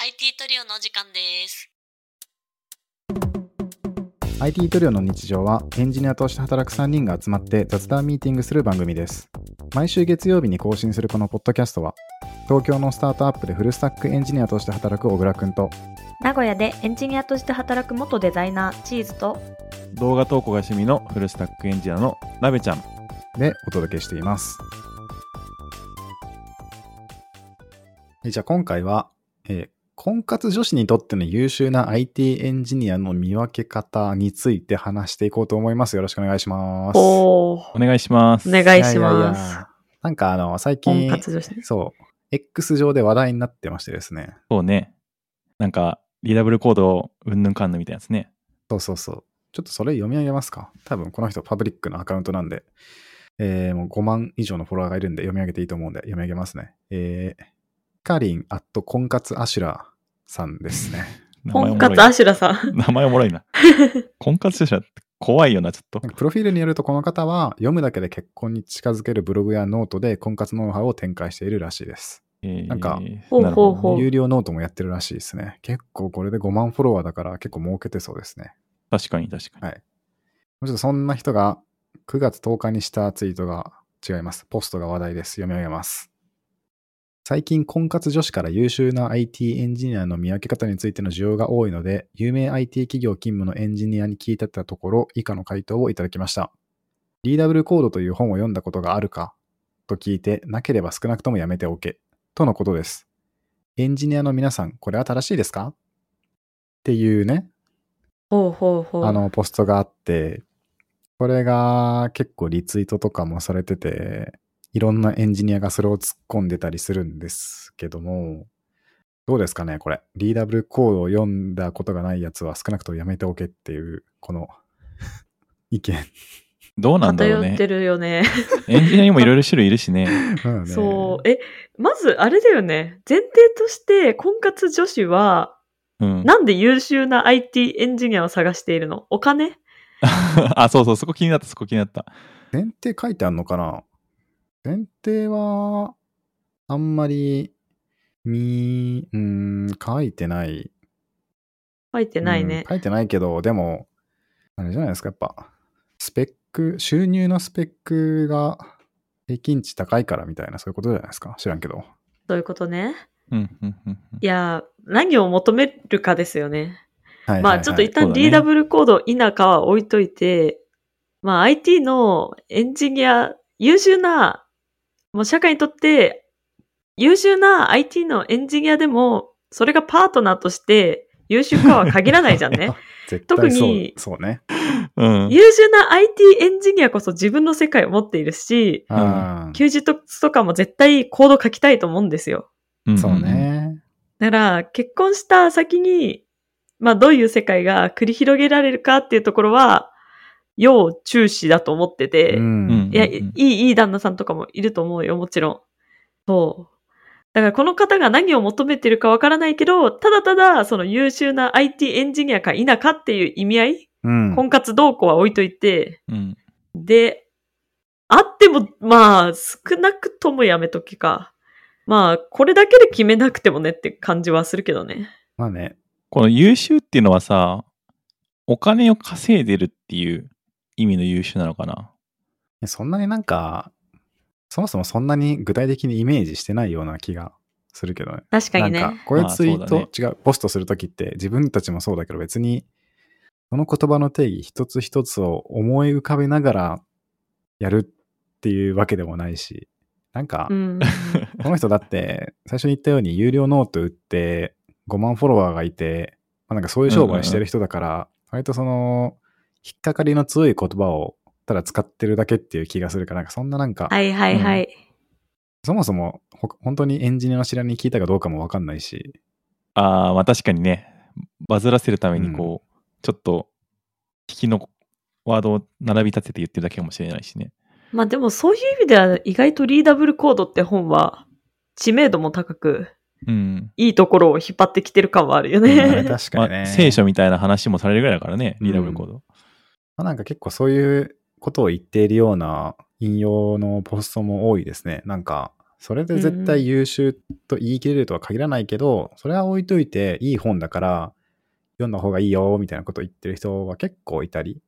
IT トリオのお時間です。 IT トリオの日常はエンジニアとして働く3人が集まって雑談ミーティングする番組です。毎週月曜日に更新するこのポッドキャストは、東京のスタートアップでフルスタックエンジニアとして働く小倉くんと、名古屋でエンジニアとして働く元デザイナーチーズと動画投稿が趣味のフルスタックエンジニアのなべちゃんでお届けしています。えじゃあ今回は、えー婚活女子にとっての優秀な IT エンジニアの見分け方について話していこうと思います。よろしくお願いします。おおお願いします願いしまいやいやいすやなんかあの、最近、婚活女子ねそう。X 上で話題になってましてですね。そうねなんかリーダブルコードうんぬんかんぬんみたいなやつねそうそうそう。ちょっとそれ読み上げますか。多分この人パブリックのアカウントなんで、えーもう5万以上のフォロワーがいるんで読み上げていいと思うんで読み上げますね。えー、カリンアット婚活アシュラさんですね。名前お婚もろい活アシュラさん名前おもろい な婚活者者って怖いよなちょっとなんかプロフィールによるとこの方は読むだけで結婚に近づけるブログやノートで婚活ノウハウを展開しているらしいです。なんかほうなるほほうほう有料ノートもやってるらしいですね。結構これで5万フォロワーだから結構儲けてそうですね。ど確かに確かに、はいもうちょっとそんな人が9月10日にしたツイートが違います。ポストが話題です。読み上げます。最近婚活女子から優秀な IT エンジニアの見分け方についての需要が多いので、有名 IT 企業勤務のエンジニアに聞いてたところ、以下の回答をいただきました。DW コードという本を読んだことがあるかと聞いて、なければ少なくともやめておけ。とのことです。エンジニアの皆さん、これは正しいですかっていうね、ほうほうほうあのポストがあって、これが結構リツイートとかもされてて、いろんなエンジニアがそれを突っ込んでたりするんですけども、どうですかね、これ。DW コードを読んだことがないやつは少なくともやめておけっていう、この 意見。どうなんだろう偏っねてるよねエンジニアにもいろいろ種類いるしね まあねそうえまずあれだよね前提として婚活女子はうんなんで優秀な IT エンジニアを探しているのお金 あそうそうそこ気になったそこ気になった前提書いてあんのかな前提は、あんまり、み、うーん、書いてない書いてないうんね、書いてないけど、でも、あれじゃないですか、やっぱ、スペック、収入のスペックが平均値高いからみたいな、そういうことじゃないですか。知らんけど。そういうことねうんうんうんうんいやー何を求めるかですよねはいまあちょっと一そ旦うだね DW コード否かは置いといて、まあ IT のエンジニア、優秀な、もう社会にとって優秀な IT のエンジニアでも、それがパートナーとして優秀かは限ら ないじゃんねあ。絶対そう特にそうね。うん優秀な IT エンジニアこそ自分の世界を持っているし、あー休日とかも絶対コード書きたいと思うんですうんよ。うんそうね。だから、結婚した先に、まあ、どういう世界が繰り広げられるかっていうところは、要注視だと思ってて、うんうんいや、うんいい、いい旦那さんとかもいると思うよ、もちろん。そう。だから、この方が何を求めてるかわからないけど、ただただ、その優秀な IT エンジニアか否かっていう意味合い、うん婚活動向は置いといて、うんで、あっても、まあ、少なくともやめときか。まあ、これだけで決めなくてもねって感じはするけどね。まあね。この優秀っていうのはさ、お金を稼いでるっていう意味の優秀なのかな。そんなになんか、そもそもそんなに具体的にイメージしてないような気がするけどね。確かになんねか。こういうツイート、まあ違う、ポストするときって自分たちもそうだけど別に、その言葉の定義一つ一つを思い浮かべながらやるっていうわけでもないし、なんかう、ん。この人だって最初に言ったように有料ノート売って5万フォロワーがいて、まあ、なんかそういう商売してる人だから、割とその、引っかかりの強い言葉をただ使ってるだけっていう気がするから、なんかそんななんか、はいはい はい。そもそもほ本当にエンジニアの知らに聞いたかどうかもわかんないし、ああ、まあ確かにね、バズらせるためにこう、ちょっと、引きのワードを並び立てて言ってるだけかもしれないしね。まあでもそういう意味では意外とリーダブルコードって本は知名度も高く、うん。いいところを引っ張ってきてる感はあるようん ね。確かにまね。あ、聖書みたいな話もされるぐらいだからね、リーダブルコード。まあなんか結構そういうことを言っているような引用のポストも多いですね。なんか、それで絶対優秀と言い切れるとは限らないけど、それは置いといていい本だから読んだ方がいいよみたいなことを言ってる人は結構いたり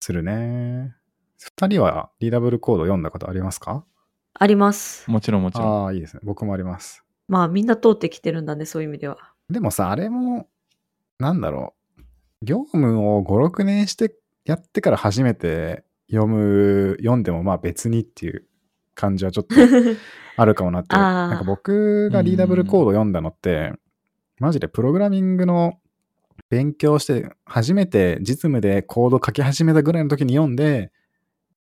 するね。二人はリーダブルコード読んだことありますかあります。もちろんもちろん。ああ、いいですね。僕もあります。まあみんな通ってきてるんだね、そういう意味では。でもさ、あれも、なんだろう。業務を5、6年してやってから初めて読む、読んでもまあ別にっていう感じはちょっとあるかもなって。あーなんか僕がリーダブルコード読んだのって、マジでプログラミングの勉強して、初めて実務でコード書き始めたぐらいの時に読んで、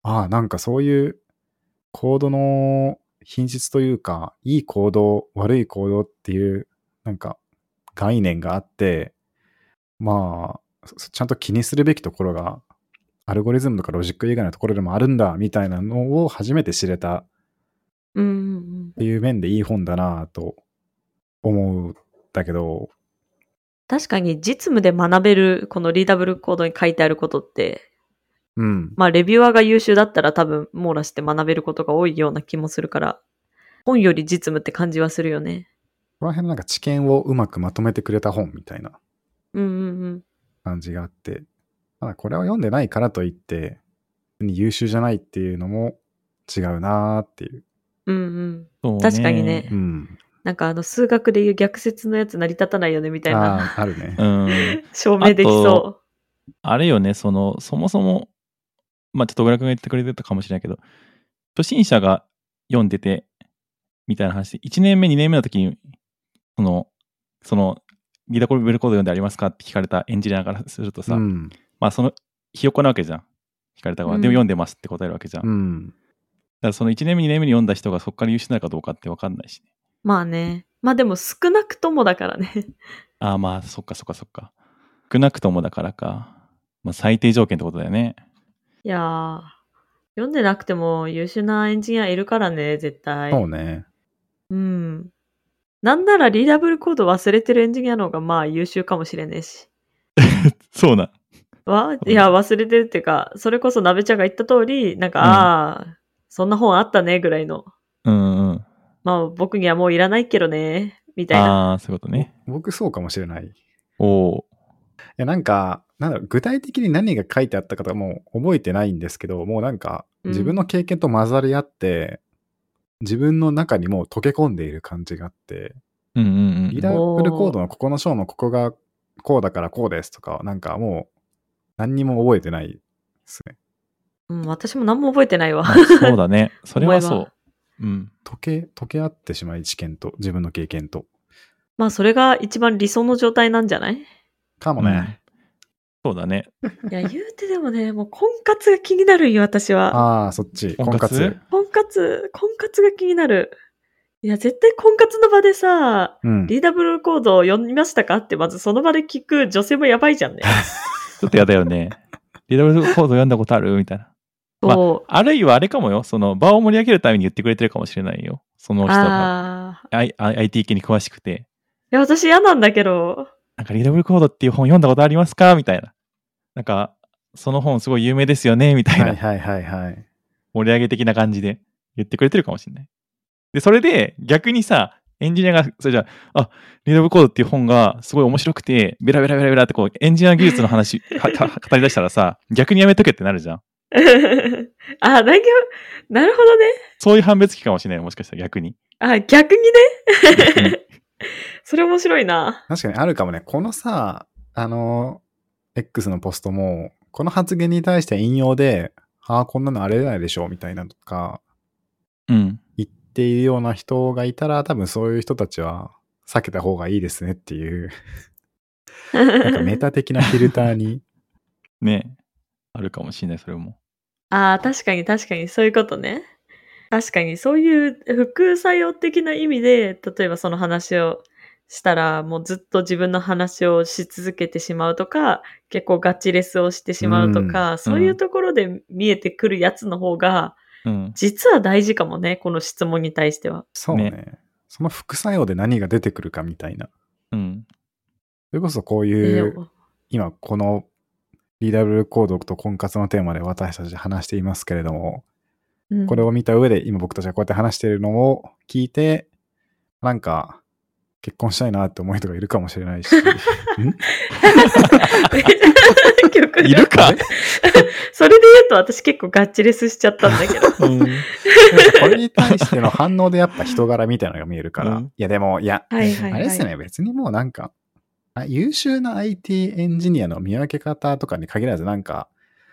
ああ、なんかそういうコードの品質というか、いい行動、悪い行動っていう、なんか概念があって、まあ、そちゃんと気にするべきところが、アルゴリズムとかロジック以外のところでもあるんだ、みたいなのを初めて知れたうんうんっ。ていう面でいい本だなぁと思うんだけど、確かに実務で学べるこのリーダブルコードに書いてあることって、うん。まあレビュアーが優秀だったら多分網羅して学べることが多いような気もするから、本より実務って感じはするよね。この辺のなんか知見をうまくまとめてくれた本みたいなうんうんうん。感じがあって、ただこれを読んでないからといって、別に優秀じゃないっていうのも違うなぁっていう。うんうん。そうね確かにねうん。なんかあの数学でいう逆説のやつ成り立たないよねみたいなああ、あるねう。ん。 証明できそあれよね、その、そもそも、まあちょっと小倉君が言ってくれてたかもしれないけど、初心者が読んでて、みたいな話で、1年目、2年目の時に、その、その、リーダーコルベルコード読んでありますかって聞かれたエンジニアからするとさ、うん。まあその、ひよっこなわけじゃん。聞かれた側、うんでも読んでますって答えるわけじゃん。うだん。からその1年目、2年目に読んだ人がそこから優秀なのかどうかって分かんないし、ね。う。まあね。まあでも少なくともだからね。 ああ、まあ、そっかそっかそっか。少なくともだからか。まあ最低条件ってことだよね。いやー、読んでなくても優秀なエンジニアいるからね、絶対。そうね。うん。なんならリーダブルコード忘れてるエンジニアの方がまあ優秀かもしれねえし。そうな。わうんいや、忘れてるっていうか、それこそ鍋ちゃんが言った通り、なんか、うんああ、そんな本あったね、ぐらいの。うんうん。まあ、僕にはもういらないけどね、みたいな。ああー、そういうことね。僕そうかもしれない。いおおや、なんか、なんだろう、具体的に何が書いてあったかとかもう覚えてないんですけど、もうなんか、うん自分の経験と混ざり合って、自分の中にもう溶け込んでいる感じがあって、ー。うんうんうん。リーダーブルコードのここの章のここがこうだからこうですとかは、なんかもう、何にも覚えてないですね。うん、私も何も覚えてないわ。あ そうだね。それは思えそばう。うん。溶け、溶け合ってしまい、知見と、自分の経験と。まあ、それが一番理想の状態なんじゃないかもね。うん。そうだね。いや、言うてでもね、もう婚活が気になるよ、私は。ああ、そっち、婚婚活活。婚活、婚活が気になる。いや、絶対婚活の場でさ、うん。リーダブルコードを読みましたかって、まずその場で聞く女性もやばいじゃんね。ちょっとやだよね。リーダーブルコード読んだことあるみたいな。まそあるいはあれかもよ。その場を盛り上げるために言ってくれてるかもしれないよ。そのう。人が。ああ。 I- I- IT 系に詳しくて。いや、私嫌なんだけど。 なんかリーダブルコードっていう本読んだことありますかみたいな。なんか、その本すごい有名ですよねみたいな。はいはいはいはい。盛り上げ的な感じで言ってくれてるかもしれない。で、それで逆にさ、エンジニアが、それじゃあ、あリード・オブ・コードっていう本がすごい面白くて、ベラベラベラベラってこう、エンジニア技術の話、はた語り出したらさ、逆にやめとけってなるじゃん。ああ、なるほどなるほどね。そういう判別機かもしれないもしかしたら逆に。あ逆に逆にね。それ面白いな。確かにあるかもね。このさ、あの、X のポストも、この発言に対して引用で、ああ、こんなのあれないでしょ、みたいなとか、うん。言っているような人がいたら、多分そういう人たちは、避けた方がいいですねっていう、なんかメタ的なフィルターに。ねあるかもしれない、それも。ああ、確かに確かに、そういうことね。確かに、そういう副作用的な意味で、例えばその話をしたら、もうずっと自分の話をし続けてしまうとか、結構ガチレスをしてしまうとか、そういうところで見えてくるやつの方が、うん。実は大事かもね、この質問に対しては。そうねねその副作用で何が出てくるかみたいな。うん。それこそこういいいう、よ今このリーダブルコードと婚活のテーマで私たち話していますけれども、うん これを見た上で今僕たちがこうやって話してるのを聞いて、なんか結婚したいなって思う人がいるかもしれ ないし、ん曲がいるかそれで言うと私結構ガッチレスしちゃったんだけど。うんなんかこれに対しての反応でやっぱ人柄みたいなのが見えるから、うんいやでも、いや、はいはい、はい。あれですよね、別にもうなんか、あ優秀な IT エンジニアの見分け方とかに限らず、なんか、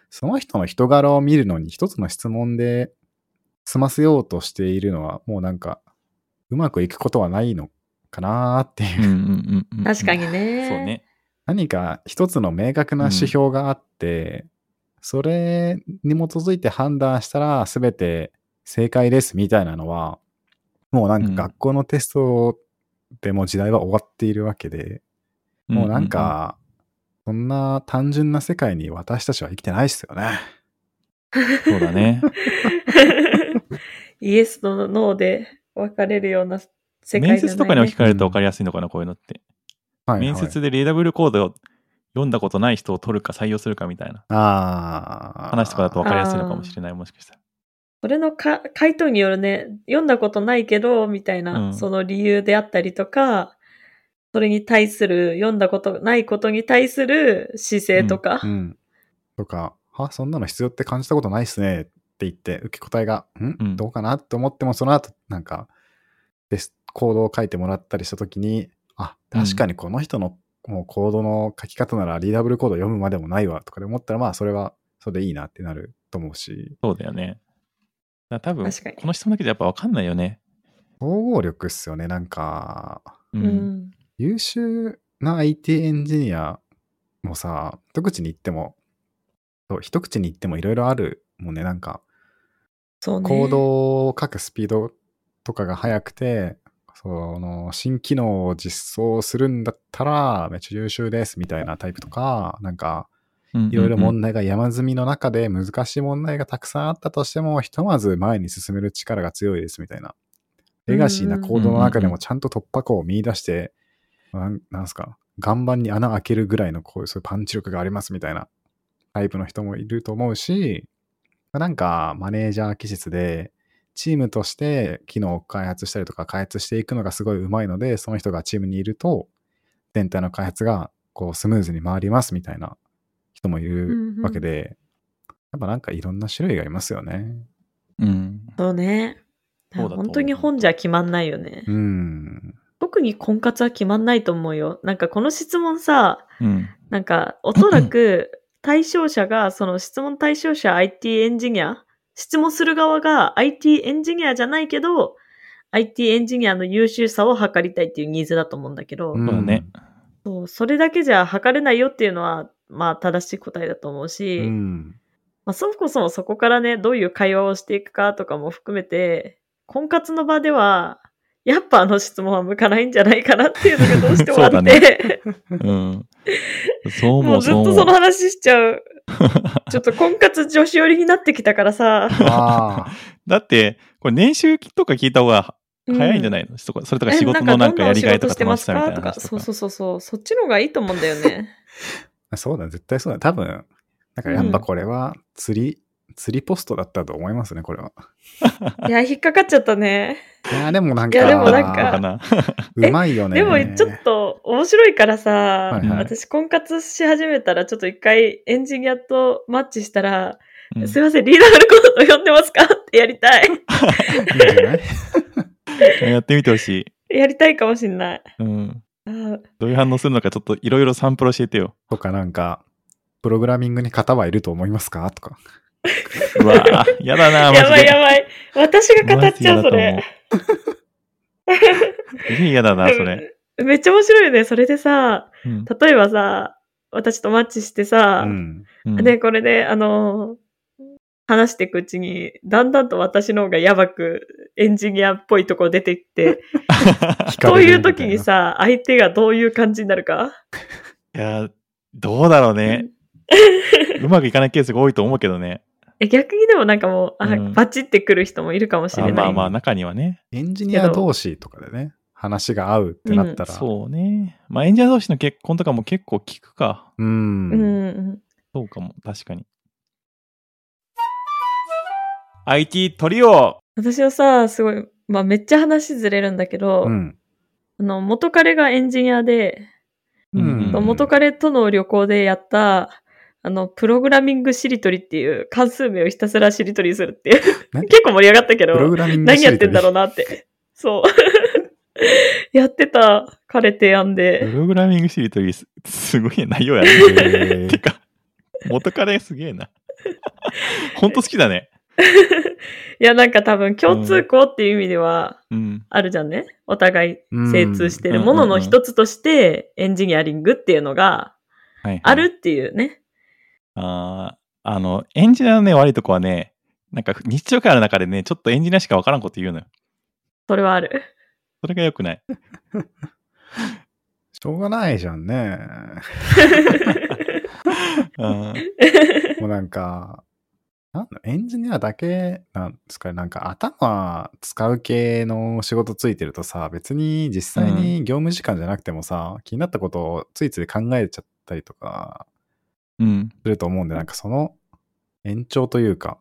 その人の人柄を見るのに一つの質問で済ませようとしているのは、もうなんか、うまくいくことはないのかなーっていううんうんうんうん 確かにそうね。ね。何か一つの明確な指標があって、それに基づいて判断したら全て正解ですみたいなのは、もうなんかうん学校のテストでも時代は終わっているわけで、もうなんか、そんな単純な世界に私たちは生きてないっすよね。うんうん、そうだね。 イエスとノーで分かれるような 世界じゃない、ね。面接とかに置き換えると分かりやすいのかな、こういうのって。はい、面接で LAW コードを読んだことない人を取るか採用するかみたいなああ。話とかだと分かりやすいのかもしれない、もしかしたら。それのか回答によるね、読んだことないけど、みたいな、うんその理由であったりとか、それに対する、読んだことないことに対する姿勢とか、うん。 とか、あ、そんなの必要って感じたことないっすねって言って、受け答えが、ん、うんどうかなって思っても、その後、なんか、テスコードを書いてもらったりしたときに、あ、うん確かにこの人の、もうコードの書き方ならリーダブルコード読むまでもないわとかで思ったら、まあ、それは、それでいいなってなると思うし、そうだよね。だから多分確かにこの質問だけじゃやっぱ分かんないよね。総合力っすよね。なんか、う。うんん。優秀な IT エンジニアもさ、一口に言っても、そう一口に言ってもいろいろあるもんね。なんか、そうね。行動を書くスピードとかが速くて、その新機能を実装するんだったらめっちゃ優秀ですみたいなタイプとか、なんかいろいろ問題が山積みの中で難しい問題がたくさんあったとしても、ひとまず前に進める力が強いですみたいな。レガシーな行動の中でもちゃんと突破口を見出して、なんなんすか、岩盤に穴開けるぐらいのこういうそういうパンチ力がありますみたいなタイプの人もいると思うし、なんかマネージャー気質で、チームとして機能を開発したりとか開発していくのがすごい上手いので、その人がチームにいると、全体の開発がこうスムーズに回りますみたいな人もいるわけで、やっぱなんかいろんな種類がいますよね。うん。そうね。そうだと思う本当に本じゃ決まんないよね。うん。特に婚活は決まんないと思うよ。なんかこの質問さ、うん。なんかおそらく対象者が、その質問対象者 IT エンジニア、質問する側が IT エンジニアじゃないけど、IT エンジニアの優秀さを測りたいっていうニーズだと思うんだけど、うんそうだね。そうそれだけじゃ測れないよっていうのは、まあ正しい答えだと思うし、うん。 まあ、そもそもそこからね、どういう会話をしていくかとかも含めて、婚活の場では、やっぱあの質問は向かないんじゃないかなっていうのがどうしてもあっそうだて、うん。そうも思うう、ずっそうと思そうの。話しち ゃう。ちょっと婚活女子寄りになってきたからさ。ああ。だって、これ年収とか聞いた方が早いんじゃないの、そこそれとか仕事のなんかやりがいとかえな楽んかしどさんなみおた仕いな話と事してますかとか、そうか。そうそうそう、そっちの方がいいと思うんだ よね。そうだ、絶対そうだ。多分、だからやっぱこれは釣り、釣りポストだったと思いますね、これは。いや、引っかかっちゃったね。いやー、でもなんか、いやでもなんどうかかな。うまいよね。でもちょっと面白いからさ、はいはい私婚活し始めたら、ちょっと一回エンジニアとマッチしたら、 うんすいません、リーダーのこと呼んでますかってやり たい。いいんじゃないやってみてほしい。やりたいかもしんない。うん。あーどういう反応するのか、ちょっといろいろサンプル教えてよ。とかなんか、プログラミングに型はいると思いますかとか。うわぁ、やだ なぁ、マやジばで。いやばい。私が語っちゃう、それ。すげえ嫌だ な、それ。めっちゃ面白いよね。それでさ、うん例えばさ、私とマッチしてうさ、ん。うん で、これで、あの話していくうちに、だんだんと私の方がやばくエンジニアっぽいとこ出てきて、聞かそうれいるうみたな時に、さ、相手がどういう感じになるか。いやー、どうだろうね。うまくいかないケースが多いと思うけどね。え逆にでもなんかもう、あうんバチってくる人もいるかもしれあない。まあまあ、中にはね。エンジニア同士とかでね、話が合うってなったら、そうね。まあ、演者同士の結婚とかも結構聞くか。う。うんん。そうかも、確かに。 IT トリオ私はさ、すごい、まあめっちゃ話ずれるんだけど、うん。あの、元彼がエンジニアで、うんうん元彼との旅行でやった、あの、プログラミングしりとりっていう関数名をひたすらしりとりするっていう。何結構盛り上がったけプロど、グラミング何やってんだろううなって。 そう。やってた彼提案プで、ログラミングしりとりすすごい内容やね。 へーてか、元彼すげえな。ほんと好きだね。いやなんか多分共通項っていう意味ではうん。あるじゃんね。お互い精通してるうんものの一つとして、エンジニアリングっていうのがはいはいあるっていうね。あーあの、エンジニアのね、悪いとこはね、なんか日常会の中でね、ちょっとエンジニアしかわからんこと言うのよ。それはある。それが良くない。しょうがないじゃんね。あーもうなんか、なんだエンジニアだけなんですかね。なんか頭使う系の仕事ついてるとさ、別に実際に業務時間じゃなくてもさ、気になったことをついつい考えちゃったりとかうん。すると思うんで、なんかその延長というか、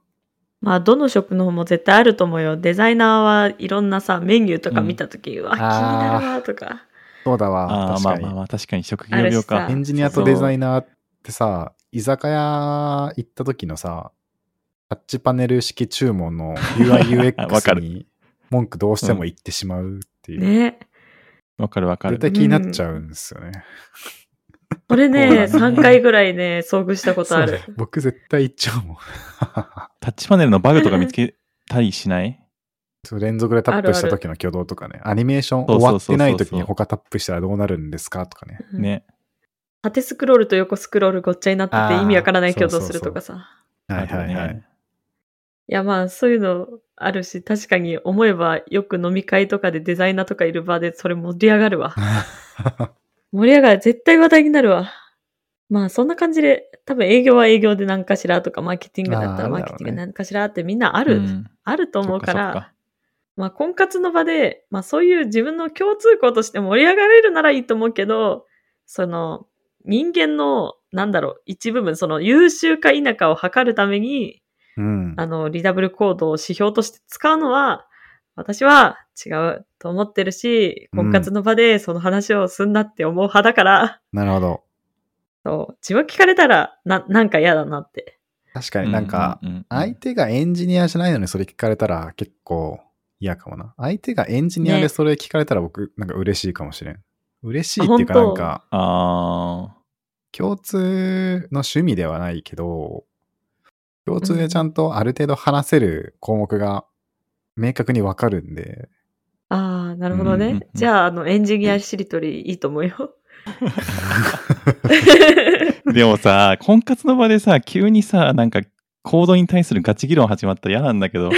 まあ、どのショップの方も絶対あると思うよ。デザイナーはいろんなさ、メニューとか見たとき、うわ、気になるわとか。そうだわ、ああ、確まかあまあに。まあ、確かに職業あるし病さかエ。ンジニアとデザイナーってさ、居酒屋行った時のさ、タッチパネル式注文の わか UIUX るに文句どうしても言ってしまうっていう。ね。わかるわか絶対る。気になっちゃうんですよね。これね、そうだね3回ぐらいね、遭遇したことあそうる。だよ僕絶対行っちゃうもん。タッチパネルのバグとか見つけたりしないそう連続でタップしあたるある時の挙動とかね。アニメーションそうそう終そうわそうってない時に他タップしたらどうなるんですかとかね。うんね。縦スクロールと横スクロールごっちゃになってあてー意味わからない挙動するとかさ。はいはいはあといね。。いやまあそういうのあるし、確かに思えばよく飲み会とかでデザイナーとかいる場でそれ盛り上がるわ。盛り上がる。絶対話題になるわ。まあそんな感じで、多分営業は営業で何かしらとか、マーケティングだったあらーマあーるケだテろィうンねグなんかしらってみんなあある、うんあると思うから、そっそっまあ婚活の場で、まあそういう自分の共通項として盛り上がれるならいいと思うけど、その人間の、なんだろう、一部分、その優秀か否かを測るために、 うん。あの、リダブルコードを指標として使うのは、私は違うと思ってるし、うん婚活の場でその話をすんなって思う派だから、なるほど。そう、自分聞かれたら、な、なんか嫌だなって。確かになんか、、うううん相手がエンジニアじゃないのにそれ聞かれたら結構嫌かもな。相手がエンジニアでそれ聞かれたら僕なんか嬉しいかもしれん。嬉しいっていうかあな本ん当か、ああ。共通の趣味ではないけど、共通でちゃんとある程度話せる項目が明確にわかるん で、ああ、なるほどうんうんうんね。じゃあ、あの、エンジニアしりとりいいと思うよ。 でもさ、婚活の場でさ、急にさ、なんか、コードに対するガチ議論始まったら嫌なんだけど、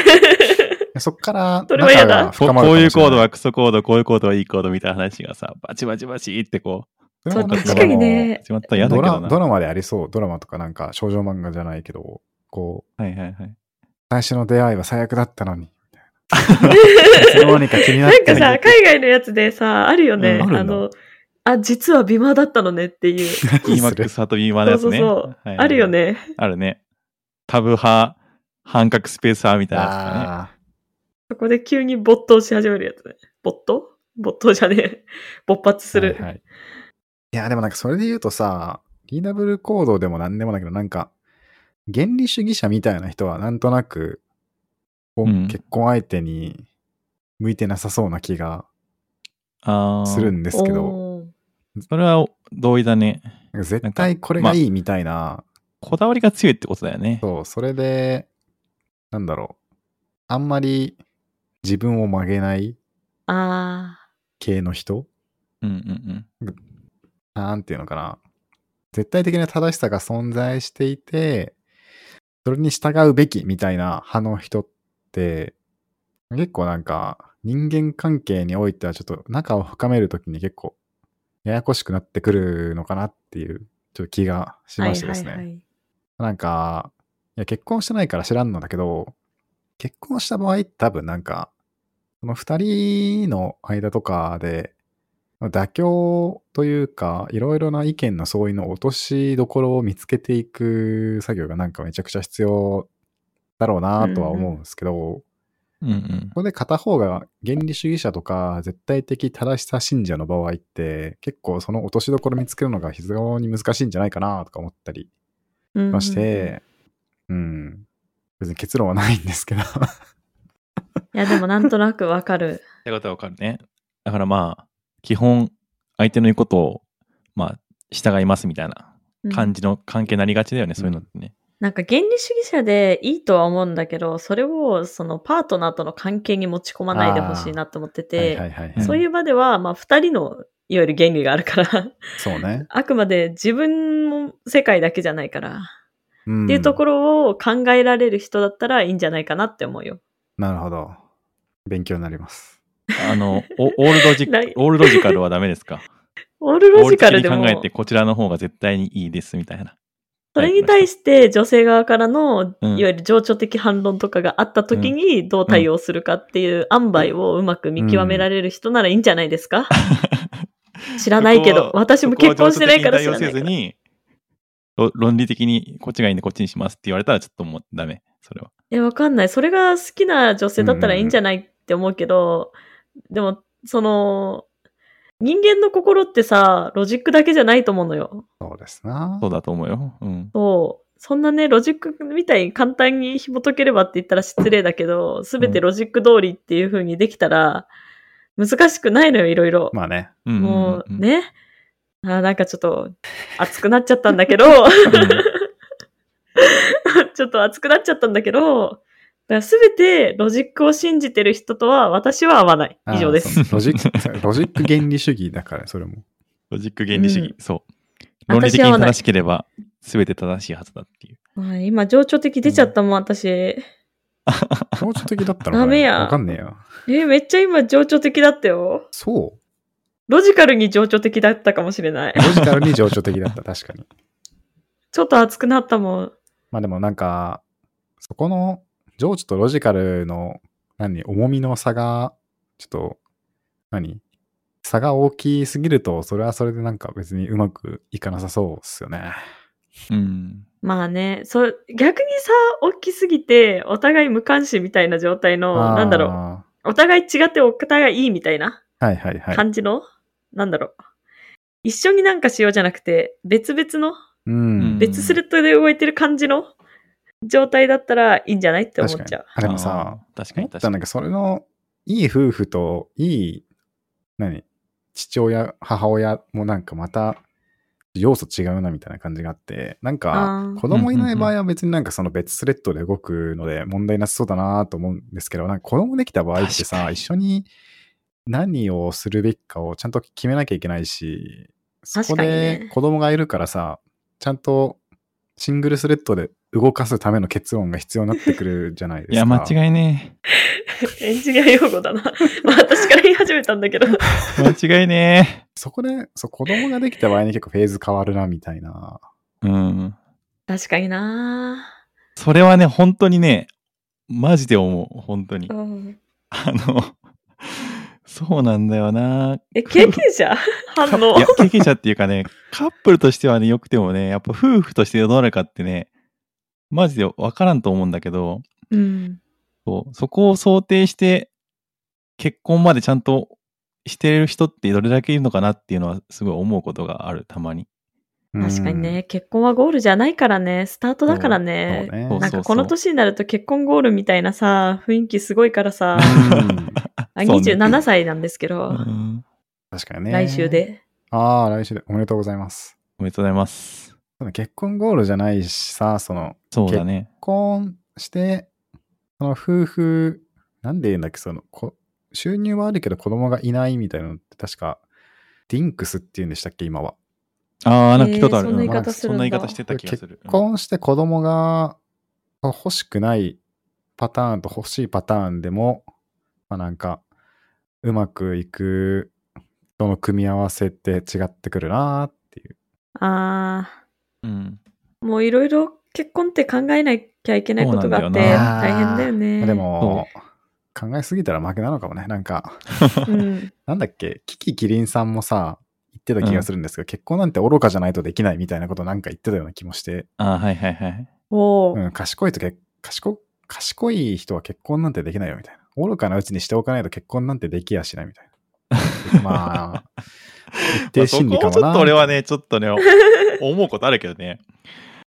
そっからそれは嫌仲だがこ深まるこういうコードははクソコード、こういうコードはいいコードみたいな話がさ、バチバチバチってこう、そう婚活確のか場にもね。始まったら嫌だドけラどな。ドラマでありそう。ドラマとかなんか少女漫画じゃないけど、こう、はいはい はい。最初の出会いは最悪だったのに。 いつの間にか気になっなんてかさ、海外のやつでさ、あるよね。うんあるんだあの、あ、実は美魔だったのねっ ていう。何今そクれソとビーマのそやうつそうね。そう。はいはいあるよ。ね。あるね。タブ派、半角スペース派みたいなやつかね。あそこで急に没頭し始めるやつね。没頭没頭じゃねえ。 勃発する。はいはいーいや、でもなんかそれで言うとさ、リーダブルコードでもなんでもないけど、なんか、原理主義者みたいな人はなんとなく、こううん結婚相手に向いてなさそうな気がああ。するんですけど、おーそれは同意だね。なんか絶対これがいいみたいな、こだわりが強いってことだよね。そう、それで、なんだろう、あんまり自分を曲げないあ系の人うんうんなんていうのかな。絶対的な正しさが存在していて、それに従うべきみたいな派の人って、結構なんか人間関係においてはちょっと仲を深めるときに結構ややこしくなってくるのかなっていうちょっと気がしあ。はまいしてはですね。いはい。なんか、いや、結婚してないから知らんのだけど、結婚した場合、多分なんか、その二人の間とかで、妥協というか、いろいろな意見の相違の落としどころを見つけていく作業がなんかめちゃくちゃ必要だろうなとは思うんですけど、うんうんこれで片方が原理主義者とか絶対的正しさ信者の場合って結構その落としどころ見つけるのが非常に難しいんじゃないかなとか思ったりうんまして、うん、別に結論はないんですけど。いや、でもなんとなくわ かる。ってことはわかるね。だからまあ、基本、相手の言うことを、まあ、従いますみたいなうん感じの関係になりがちだよね、そういうのってね。なんか原理主義者でいいとは思うんだけど、それをそのパートナーとの関係に持ち込まないでほしいなと思ってて、はいはいはいうんはそうい。いう場では、まあ二人のいわゆる原理があるから、 そうね。あくまで自分の世界だけじゃないから、っっていうところを考えられる人だったらいいんじゃないかなって思うよ。なるほど。勉強になります。あの、おオールロジッないク、オールロジカルはダメですか。オールロジカルでオもー、ル的に考えて、こちらの方が絶対にいいですみたいな。それに対して女性側からの、いうんわゆる情緒的反論とかがあった時にどう対応するかっていう塩梅をうまく見極められる人ならいいんじゃないですか、知らないけどそこは私も結婚してないからそこは情緒的に対応せず知らなにろ論理的にこっちがいいんでこっちにしますって言われたらちょっともうダメ、それは。え、わかんない。それが好きな女性だったらいいんじゃないって思うけど、でも、その、人間の心ってさ、ロジックだけじゃないと思うのよ。そうですな。そうだと思うよ。うん。そう。そんなね、ロジックみたいに簡単に紐解ければって言ったら失礼だけど、すべてロジック通りっていう風にできたら、難しくないのよ、いろいろ。まあね。うんうんうんもうう、んね。あーなんかちょっと、熱くなっちゃったん だけど、ちょっと熱くなっちゃったんだけど、すべてロジックを信じてる人とは私は合わない。以上であす。ー。そうロジック、ロジック原理主義だから、それも。ロジック原理主義、うんそう。私は論理的に正しければ全て正しいはずだっていう。はい今、情緒的出ちゃったもん、私。え情緒的だったのかなダメやわかんねえや。ーめっちゃ今、情緒的だったよ。そう。ロジカルに情緒的だったかもしれない。ロジカルに情緒的だった、確かに。ちょっと熱くなったもん。まあでもなんか、そこの情緒とロジカルの、何、重みの差が、ちょっと、何差が大きすぎると、それはそれでなんか別にうまくいかなさそうっすよね。うん。まあね、そう、逆にさ、大きすぎて、お互い無関心みたいな状態の、あーなんだろう。お互い違ってお互いいいみたいな。はいはいはい。感じの、なんだろう。一緒になんかしようじゃなくて、別々の、うん。別スレッドで動いてる感じの状態だったらいいんじゃないって思確かっにちゃう。。あ、でもさ、あー、確か思っにた確かなんに。かそれのいい夫婦といい何父親母親もなんかまた要素違うなみたいな感じがあってなんかあー子供いない場合は別になんかその別スレッドで動くので問題なさそうだなと思うんですけどなんか子供できた場合って確かさに一緒に何をするべきかをちゃんと決めなきゃいけないしそこ確かにでね子供がいるからさちゃんとシングルスレッドで動かすための結論が必要になってくるじゃないですか。いや、間違いね エンジニア用語だな。まあ私から言い始めたんだけど。え。間違いねそこで、そう、子供ができた場合に結構フェーズ変わるな、みたいな。え。うん。確かになそれはね、本当にね、マジで思う、本当にう。んあの、そうなんだよな。え、経験 者反応い。や、経験者っていうかね、カップルとしてはね、良くてもね、やっぱ夫婦としてどうなるかってね、マジで分からんと思うんだけど、うん。そうそこを想定して、結婚までちゃんとしてる人ってどれだけいるのかなっていうのはすごい思うことがある、たまに。確かにね、結婚はゴールじゃないからね、スタートだかうらん。そうね。ね。そうなんかこの年になると結婚ゴールみたいなさ、雰囲気すごいか らさ、うんあそうね27歳なんですけうど、ん確かにね。来週。で。ああ、来週で。おめでとうございます。おめでとうございます。その結婚ゴールじゃないしさ、その、そうだね。結婚して、その夫婦、なんで言うんだっけ、その、こ収入はあるけど子供がいないみたいなのって確か、ディンクスって言うんでしたっけ、今は。ああ、なんか聞いたことある。えーそんな言いうん方するそんんなだ言い方してた気がす結る。婚して子供が欲しくないパターンと欲しいパターンでも、まあ、なんかうまくいくとの組み合わせって違ってくるなっていう。あうん。あ、もういろいろ結婚って考えなきゃいけないことがあって、そうなんだ大よな変だよね。で、も、考えすぎたら負けなのかもね。なんか、 うん、なんだっけ、キキキリンさんもさ、言ってた気がするんですけど、結婚なんて愚かじゃないとできないみたいなことなんか言ってたような気もして、 ああ、はいはいはい。おーうん、賢いとけ、賢賢い人は結婚なんてできないよみたいな。愚かなうちにしておかないと結婚なんてできやしないみたいな。まあ、一定心理かもな。そこもちょっと俺はね、ちょっとね、 思うことあるけどね。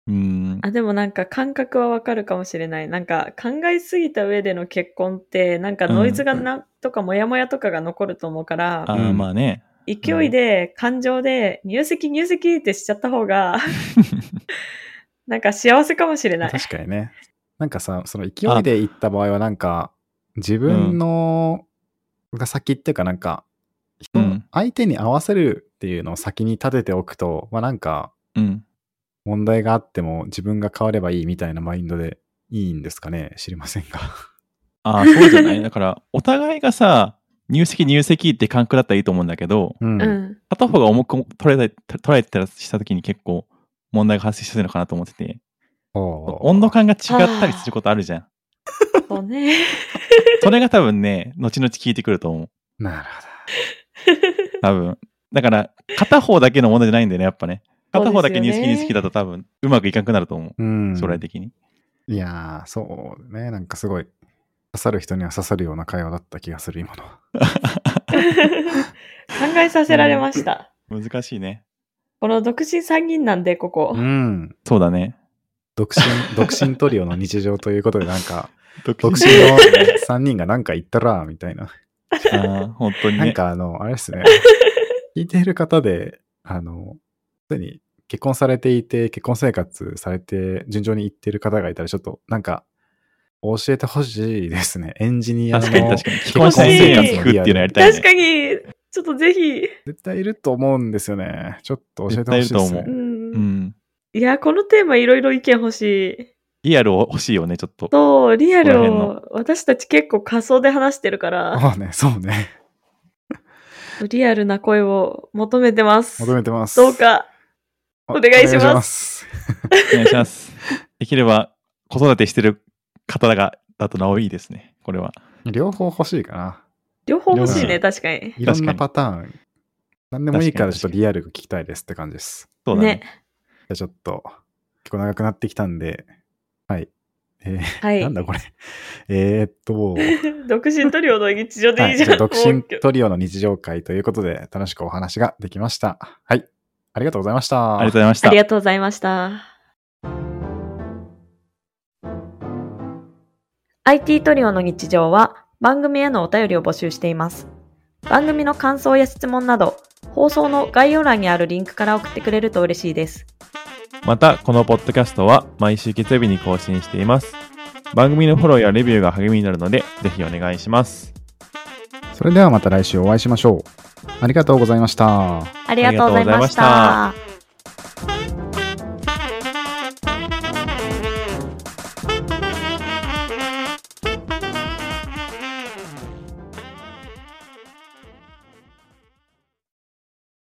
うん。あ、でもなんか感覚はわかるかもしれない。なんか考えすぎた上での結婚って、なんかノイズがな、とかモヤモヤとかが残ると思うから、あーまあね。勢いで、感情で、入籍入籍ってしちゃった 方が、なんか幸せかもしれない。確かにね。なんかさ、その勢いで行った場合は、なんか、自分のが先っていうか、なんか、人うん相手に合わせるっていうのを先に立てておくと、まあなんか、うん。問題があっても自分が変わればいいみたいなマインドでいいんですかね知りませんが。ああ、そうじゃないだ から、お互いがさ、入籍入籍って感覚だったらいいと思うんだけど、うん。うん。片方が重く捉えた捉えてたらした時に結構問題が発生してるのかなと思ってて、おー温度感が違ったりすることあるじゃん。そうね。それが多分ね、後々効いてくると思う。なる多分。だから、片方だけの問題じゃないんだよね、やっぱね。そう片ですよね方だけ入籍入籍だと多分、うまくいかなくなると思ほど。うん。う。将来的に。いやー、そうね。なんかすごい、刺さる人には刺さるような会話だった気がする、今のは。考えさせられました。難しいね。この独身3人なんで、ここう。ん。そうだね。独 身、独身トリオの日常ということで、なんか、独独身身の3人がなんか言ったら、みたいな。 ああ、本 当にね。なんかあの、あれ ですね。聞いている方で、あの、すでに結婚されていて、結婚生活されて、順調にいってる方がいたら、ちょっとなんか、教えてほしいですね。エンジニアの。確かに確かに。既結婚婚者生生活活の聞くってリいアうルのやりたいね。確かに、ちょっとぜひ、絶対いると思うんですよね。ちょっと教えてほしいです絶対いるとうね。ん。うん。いや、このテーマいろいろ意見欲しい。リアルを欲しいよね、ちょっと。そう、リアルここらを、私たち結構仮想で話してるから、そうね、そうね。リアルな声を求めてます。求めてます。どうか。お、お願いしますおす。お願いします。できれば、子育てしてる方が、だとなおいいですね。これは。両方欲しいかな。両方欲しいね、両確かに。いろんなパターン。なんでもいいからちょっとリアルが聞きたいですって感じです。そうだね。じゃあちょっと、結構長くなってきたんで、はい。えはーいなん。だこれ。えーっ と、独身トリオの日常はでいいい、じじゃゃあん。独も身う今日トリオの日常会ということで、楽しくお話ができました。はい。ありがとうございました。ありがとうございましあたり。がとうございました。IT トリオの日常は番組へのお便りを募集しています。番組の感想や質問など、放送の概要欄にあるリンクから送ってくれると嬉しいです。また、このポッドキャストは毎週月曜日に更新しています。番組のフォローやレビューが励みになるので、ぜひお願いします。それではまた来週お会いしましょう。ありがとうございました。ありがとうございました。